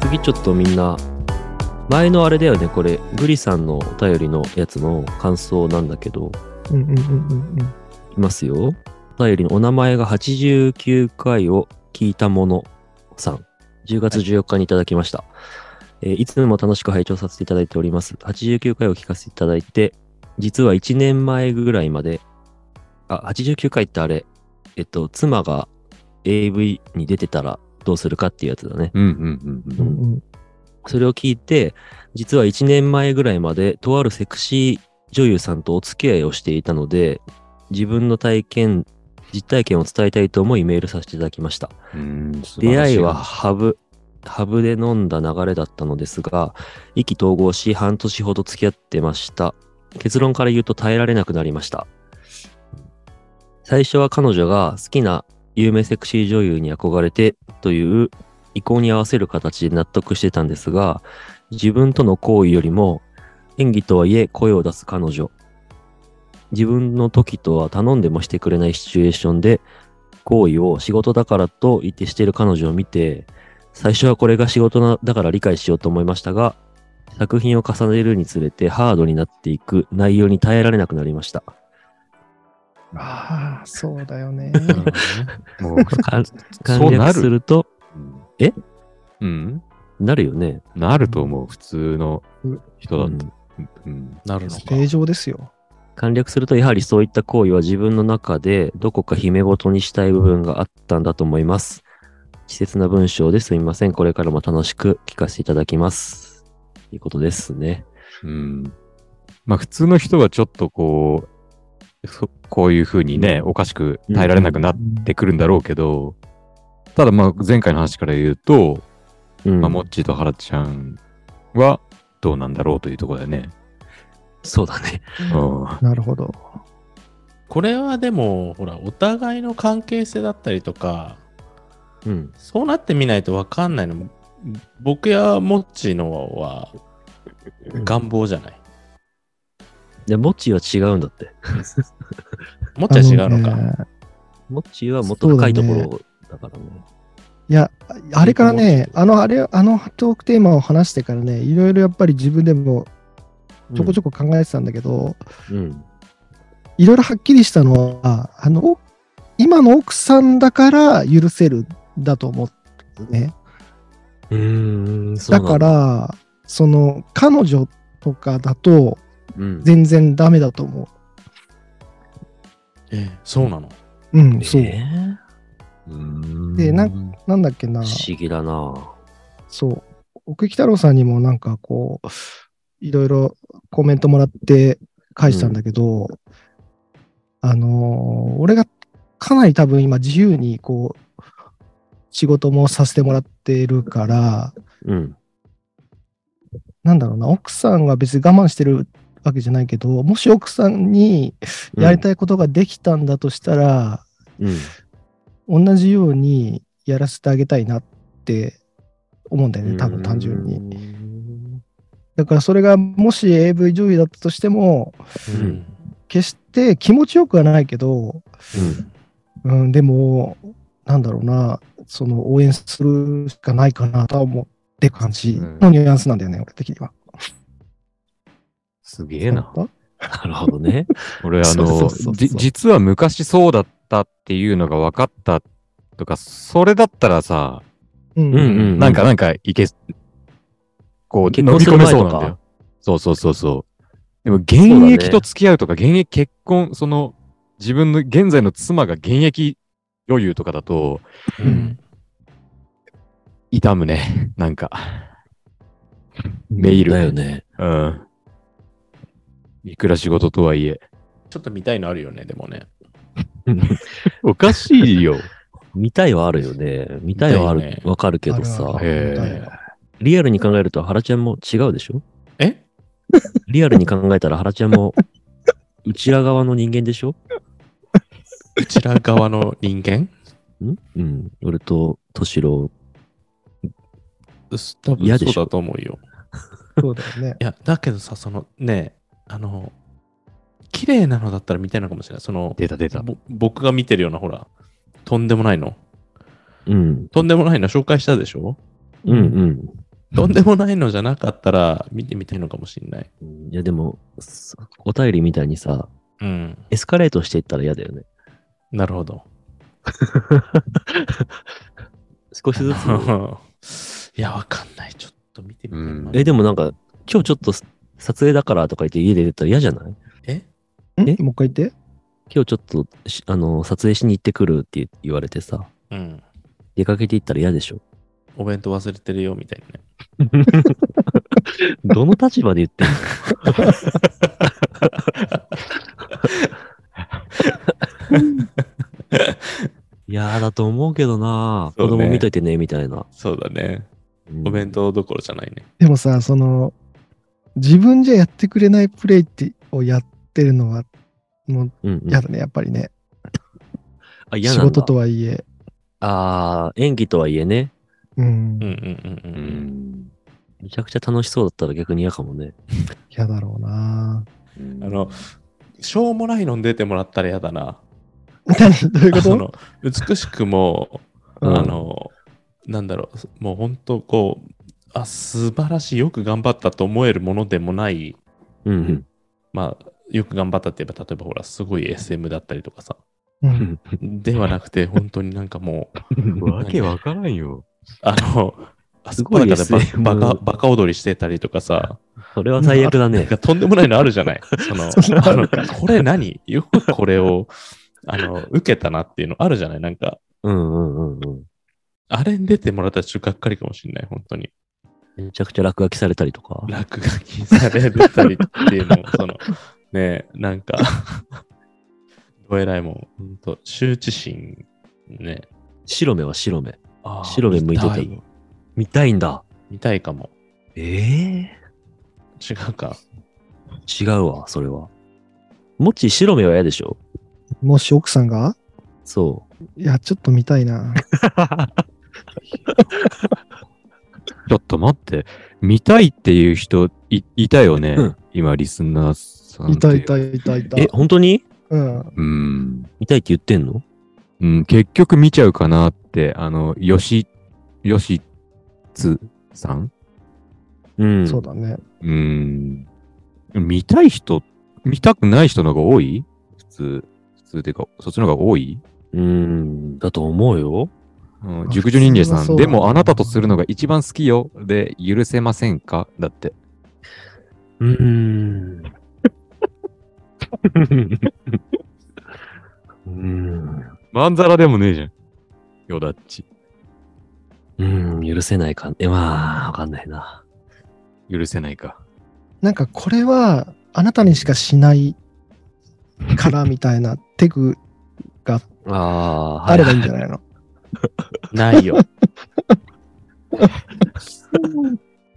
次ちょっとみんな、前のあれだよね、これ、グリさんのお便りのやつの感想なんだけど、うんうんうんうんうん。いきますよ。お便りのお名前が89回を聞いたものさん、10月14日にいただきました。いえーいつも楽しく拝聴させていただいております。89回を聞かせていただいて、実は1年前ぐらいまで、あ、89回ってあれ、えっと、妻が AV に出てたらどうするかっていうやつだね。うんうんうんうう。んんうんそれを聞いて、実は1年前ぐらいまで、とあるセクシー女優さんとお付き合いをしていたので、自分の体験、実体験を伝えたいと思いメールさせていただきました。うん出会いは、ハブ、ハブで飲んだ流れだったのですが、意気投合し半年ほど付き合ってました。結論から言うと耐えられなくなりました。最初は彼女が好きな有名セクシー女優に憧れてという意向に合わせる形で納得してたんですが、自分との行為よりも演技とはいえ声を出す彼女。自分の時とは頼んでもしてくれないシチュエーションで行為を仕事だからと言ってしている彼女を見て、最初はこれが仕事なだから理解しようと思いましたが、作品を重ねるにつれてハードになっていく内容に耐えられなくなりました。ああ、そうだよね。もう、 かそう簡な略する。ると、えうん。なるよね。なると思う、普通の人だうっんた。うん。なるのか。正常ですよ。簡略すると、やはりそういった行為は自分の中でどこか秘め事にしたい部分があったんだと思います。稚拙な文章ですみません。これからも楽しく聞かせていただきます。ということですね。うん。まあ、普通の人はちょっとこう、そこういうふうにね、おかしく耐えられなくなってくるんだろうけど、ただまあ、前回の話から言うと、うんまあ、もっちーとはらちゃんはどうなんだろうというところだよね。そうだね。うん。なるほど。これはでも、ほら、お互いの関係性だったりとか、うん。そうなってみないとわかんないのも、僕やモッチーのは願望じゃない。で、もっちは違うんだって。 モッチーは違うのあか。ねもっちーはもっと深いところだからね。いや、あれからね、僕もあの、あれ、あのトークテーマを話してからね、いろいろやっぱり自分でもちょこちょこ考えてたんだけど、うん。いろいろはっきりしたのは、あの、今の奥さんだから許せるだと思うね。うん。そうだなんから、その、彼女とかだとうん、全然ダメだと思ええそうなの。う。うん、そう。えーでなんなんだっけな。不思議だな。そう。奥木太郎さんにもなんかこう、いろいろコメントもらって返したんだけど、あのー俺がかなり多分今自由にこう、仕事もさせてもらってるから、うん。なんだろうな、奥さんが別に我慢してるわけじゃないけど、もし奥さんにやりたいことができたんだとしたら、うん。同じようにやらせてあげたいなって思うんだよね、多分単純に。に。だからそれがもし AV 女優だったとしても、うん決して気持ちよくはないけど、うん、でも、なんだろうな、その応援するしかないかなとは思って感じのニュアンスなんだよね、俺的には。すげえな。なあるほど ね。俺、あそうその、うそうそうじ実は昔そうだったっていうのが分かったとか、それだったらさ、うん、うんうんなんかなんかいけ、こう、結婚飲みす込るめ前そとかうなんだよ。そうそうそうそう。でも、現役と付き合うとか、現役結婚、その、自分の現在の妻が現役女優とかだと、うん痛むね。 なんか。メール。だよね。うん。いくら仕事とはいえ。ちょっと見たいのあるよね、でもね。おかしい よ。見たいはあるよね。見たいはあ見たいよねる。わかるけどあるさあ。るへえリアルに考えると、ハラちゃんも違うでしょえリアルに考えたら、ハラちゃん も、うちら側の人間でしょうちら側の人間んうん。俺と、としろ。す多分嫌でそうしょだと思うよ。そうだよね。いや、だけどさ、そのね、あの、綺麗なのだったら見たいのかもしれない。その、出た出た。ぼ僕が見てるような、ほら、とんでもないの。うん。とんでもないの紹介したでしょうんうん。とんでもないのじゃなかったら見てみたいのかもしれない。うんいや、でも、そお便りみたいにさ、うん。エスカレートしていったら嫌だよね。なるほど。少 しずつ。いや、わかんない。ちょっと見てみたいなうんえ、でもなんか、今日ちょっと撮影だからとか言って家で出たら嫌じゃないえんえもう一回言って。今日ちょっとしあの撮影しに行ってくるって言われてさ、うん。出かけて行ったら嫌でしょ。お弁当忘れてるよ、みたいなね。どの立場で言ってんの いやーだと思うけどな、そう子ね供見といてねみたいな。そうだね。うんお弁当どころじゃないね。でもさ、その、自分じゃやってくれないプレイってをやってるのは、もううんうん嫌だね、やっぱりね。あ嫌なん仕だ事とはいえ。あー演技とはいえね、うんうん。うんうんううん。ん。めちゃくちゃ楽しそうだったら逆に嫌かもね。嫌だろうな。あの、しょうもないのに出てもらったら嫌だな。何どういうこあとの美しくも、うんあの、なんだろう、もう本当こう、あ、素晴らしい、よく頑張ったと思えるものでもない、うんうん。まあ、よく頑張ったって言えば、例えばほら、すごい SM だったりとか さ、うんではなくて、本当になんかもう、 わけわからんよ。あの、あすそごこいだ SM バカ、バカ踊りしてたりとかさ、それは最悪だなんね。かとんでもないのあるじ ゃない。その、そんなあのこれ何よくこれを、あの、受けたなっていうのあるじゃないなんか、うんうんうんうん。あれに出てもらったらちょっとがっかりかもしれない、本当に。めちゃくちゃ落書きされたりとか。落書きされてたりっていうのも、 その、ねえ、なんか、どえらいもん、ほんと、羞恥心、ね。白目は白目。あー白目向いてた見い見たいんだ。見たいかも。え違うか。え違うわ、それは。もっち白目は嫌でしょもし奥さんがそいや、ちょっと見たいな。ちょっと待って、見たいっていう人いいたよね、うん今、リスナーさん。いたいた。いたいたう。。え、本当にうん。うん。見たいって言ってんのうん、結局見ちゃうかなって、あの、よし、よしつさんうん。そうだね。うん。見たい人、見たくない人の方が多い普通、普通っていうか、そっちの方が多い、うん。だと思うよ。うあん、熟女忍者普通はさそん、うだでねもあなたとするのが一番好きよ。で、許せませんかだって。 うん。うん。まんざらでもねえじゃん。よだっち。うん、許せないか。え、まあ、わかんないな。許せないか。なんかこれは、あなたにしかしないからみたいなテクああ、あればいいんじゃないのないよ。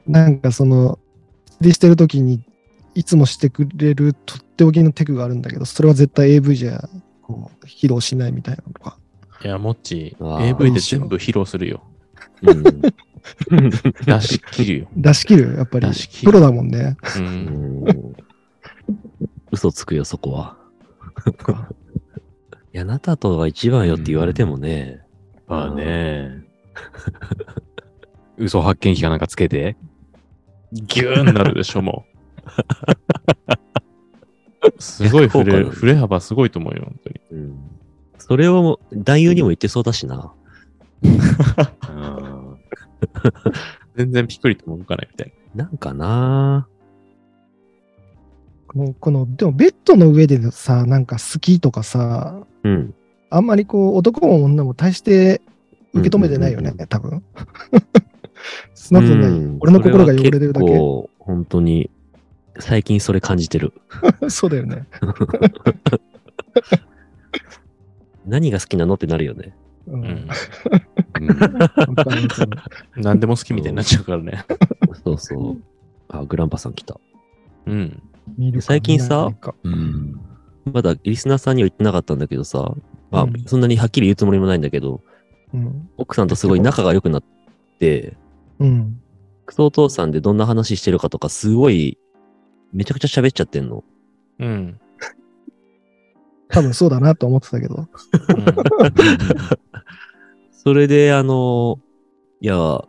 なんかその、でしてる時に、いつもしてくれるとっておきのテクがあるんだけど、それは絶対 AV じゃ、こう、披露しないみたいなのとか。いや、もっち、あー AV で全部披露するよ。うん。出し切るよ。出し切るやっぱり出し。切プるロだもんね。う。うんん嘘つくよ、そこは。いや、あなたとは一番よって言われてもね。まあね。 嘘発見費かなんかつけて。ギューンなるでしょ、もう。すごい逆効振果れ、だね振れ幅すごいと思うよ、本当に。うんそれを男優にも言ってそうだしな。全然ピクリとも動かないみたいな。なんかなこの、このでもベッドの上でさ、なんか好きとかさ、うん。あんまりこう、男も女も大して受け止めてないようねん、多分。 そんなことない。うん俺の心が汚れてるだそは結け。構、本当に、最近それ感じてる。そうだよね。何が好きなのってなるよね。う。うんん。わかるわかる何でも好きみたいになっちゃうからね。そうそう。あ、グランパさん来た。うん。見るか最近さ見ないかうん。まだリスナーさんには言ってなかったんだけどさ、まあうん、そんなにはっきり言うつもりもないんだけど、うん。奥さんとすごい仲が良くなって、うん。クソお父さんでどんな話してるかとか、すごい、めちゃくちゃ喋っちゃってんの。うん。多分そうだなと思ってたけど。それで、あの、いや、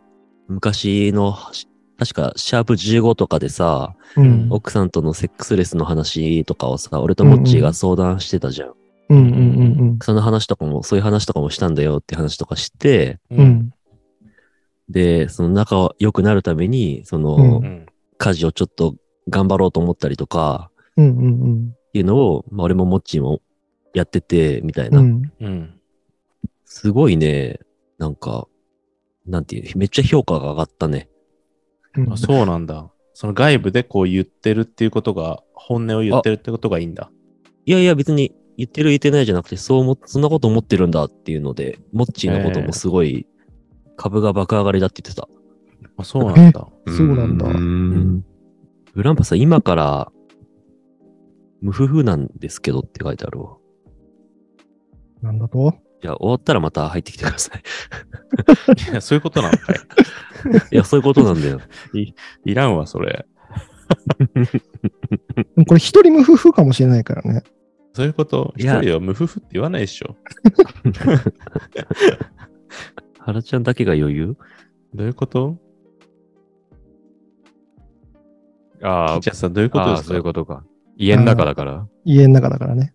昔のし確か、シャープ15とかでさ、うん。奥さんとのセックスレスの話とかをさ、俺とモッチーが相談してたじゃん。うんうんうんその話とかも、そういう話とかもしたんだよって話とかして、うん。うん。で、その仲を良くなるために、その、うんうん。家事をちょっと頑張ろうと思ったりとか、うんうんうん。いうのを、まあ、俺もモッチーもやってて、みたいな。うん。うん。すごいね、なんか、なんていう、めっちゃ評価が上がったね。うんあそうなんだ。その外部でこう言ってるっていうことが、本音を言ってるってことがいいんだ。いやいや、別に言ってる言ってないじゃなくて、そう思、そんなこと思ってるんだっていうので、モッチーのこともすごい、株が爆上がりだって言ってた。あ、そうなんだ。 そうなんだううんん。グランパさん、今から、無夫婦なんですけどって書いてあるわ。なんだといや、終わったらまた入ってきてください。いやそういうことなのかい。いや、そういうことなんだよ。いらんわ、それ。でもこれ一人無夫婦かもしれないからね。そういうこと、い一や人は無夫婦って言わないでしょ。原ちゃんだけが余裕どういうことあーじゃあさん、どういうことあでー、すかそういうことか。家の中だから。家の中だからね。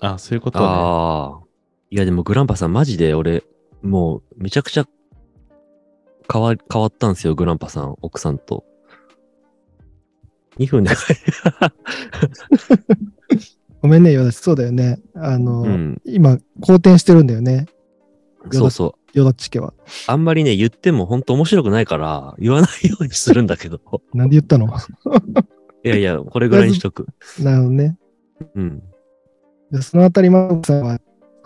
あ、そういうことね。ああ。いや、でもグランパさん、マジで俺、もう、めちゃくちゃ、変わ、変わったんですよ、グランパさん、奥さんと。2分で、ごめんね、ヨダチ。そうだよね。あの、うん。今、好転してるんだよね、そうそう。ヨダチ家は。あんまりね、言っても本当面白くないから、言わないようにするんだけど。なんで言ったの ないやいや、これぐらいにしとく。るほどね。うん。でそのあたり、マークさんは、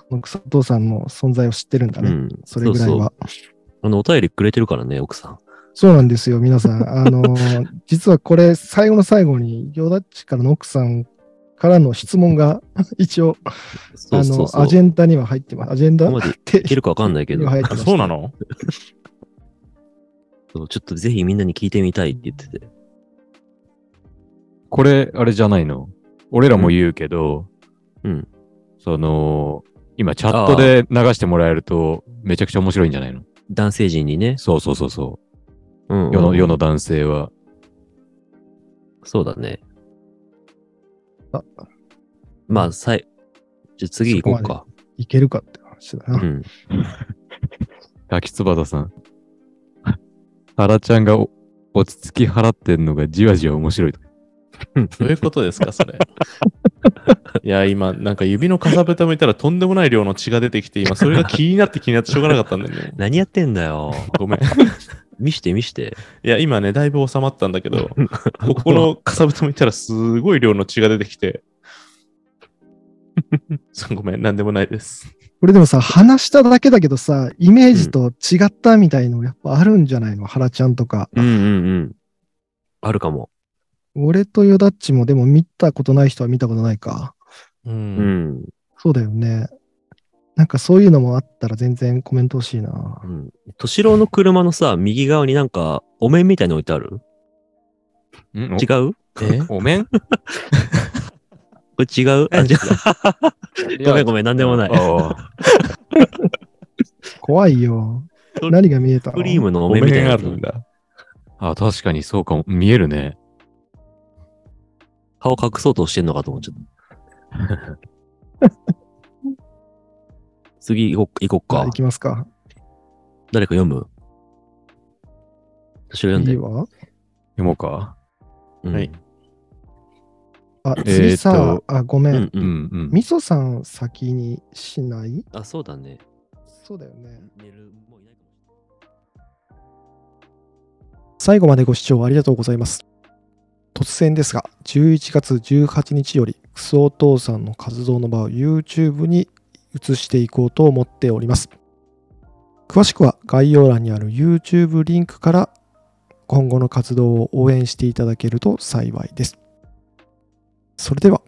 この草お父さんの存在を知ってるんだうね。ん。それぐらいは。そそううそうあの、お便りくれてるからね、奥さん。なんですよ、皆さん。あの、 実はこれ、最後の最後に、ヨダッチからの奥さんからの質問が、 一応、そうそうあの、そアう。ジェンダには入ってます。アジェンダここまでいてけるかわかんないけど、入ってあましたそうなのそうちょっとぜひみんなに聞いてみたいって言ってて。これ、あれじゃないの。俺らも言うけど、うん。その、今チャットで流してもらえると、めちゃくちゃ面白いんじゃないの男性陣にね。そうそうそうそうん、うう。ん。世の、世の男性は。そうだね。あまあ、さい、じゃあ次行こうか。いけるかって話だうな。ん。滝つばたさん。 原ちゃんがお落ち着き払ってんのがじわじわ面白いと。どういうことですか、そ れ。いや、今、なんか指のかさぶた向いたらとんでもない量の血が出てきて、今、それが気になって気になってしょうがなかったんだよね。何やってんだよ。 ごめん。い見して見して。や、今ね、だいぶ収まったんだけ ど、ここのかさぶた向いたらすごい量の血が出てき て、そうごめん、なんでもないです。これでもさ、話しただけだけどさ、イメージと違ったみたいのやっぱあるんじゃないの、原ちゃんとか。うんうんうん。あるかも。俺とヨダッチもでも見たことない人は見たことないか。う。うんん。そうだよね。なんかそういうのもあったら全然コメント欲しいなう。ん。敏郎の車のさ、右側になんか、お面みたいに置いてあるん違う えお面これ違 うあ、違う。ごめんごん。めん、なんでもない。あ怖いよ。それ何が見えたのクリームのおお面みたいな面あやるんつ。だ。ああ、確かにそうかも。見えるね。顔隠そうとしてんのかと思っちゃ った。次行こ行こっあかい。きますか。誰か読む私が読んいでい。わ。読もうか。うんはい。あ、えー次っとさ、あ、ごめ。うんんううんん。うん。みそさん先にしないあ、そうだね。そうだよね。寝るもういないかも最後までご視聴ありがとうございます。突然ですが、11月18日より、クソお父さんの活動の場を YouTube に移していこうと思っております。詳しくは概要欄にある YouTube リンクから今後の活動を応援していただけると幸いです。それでは、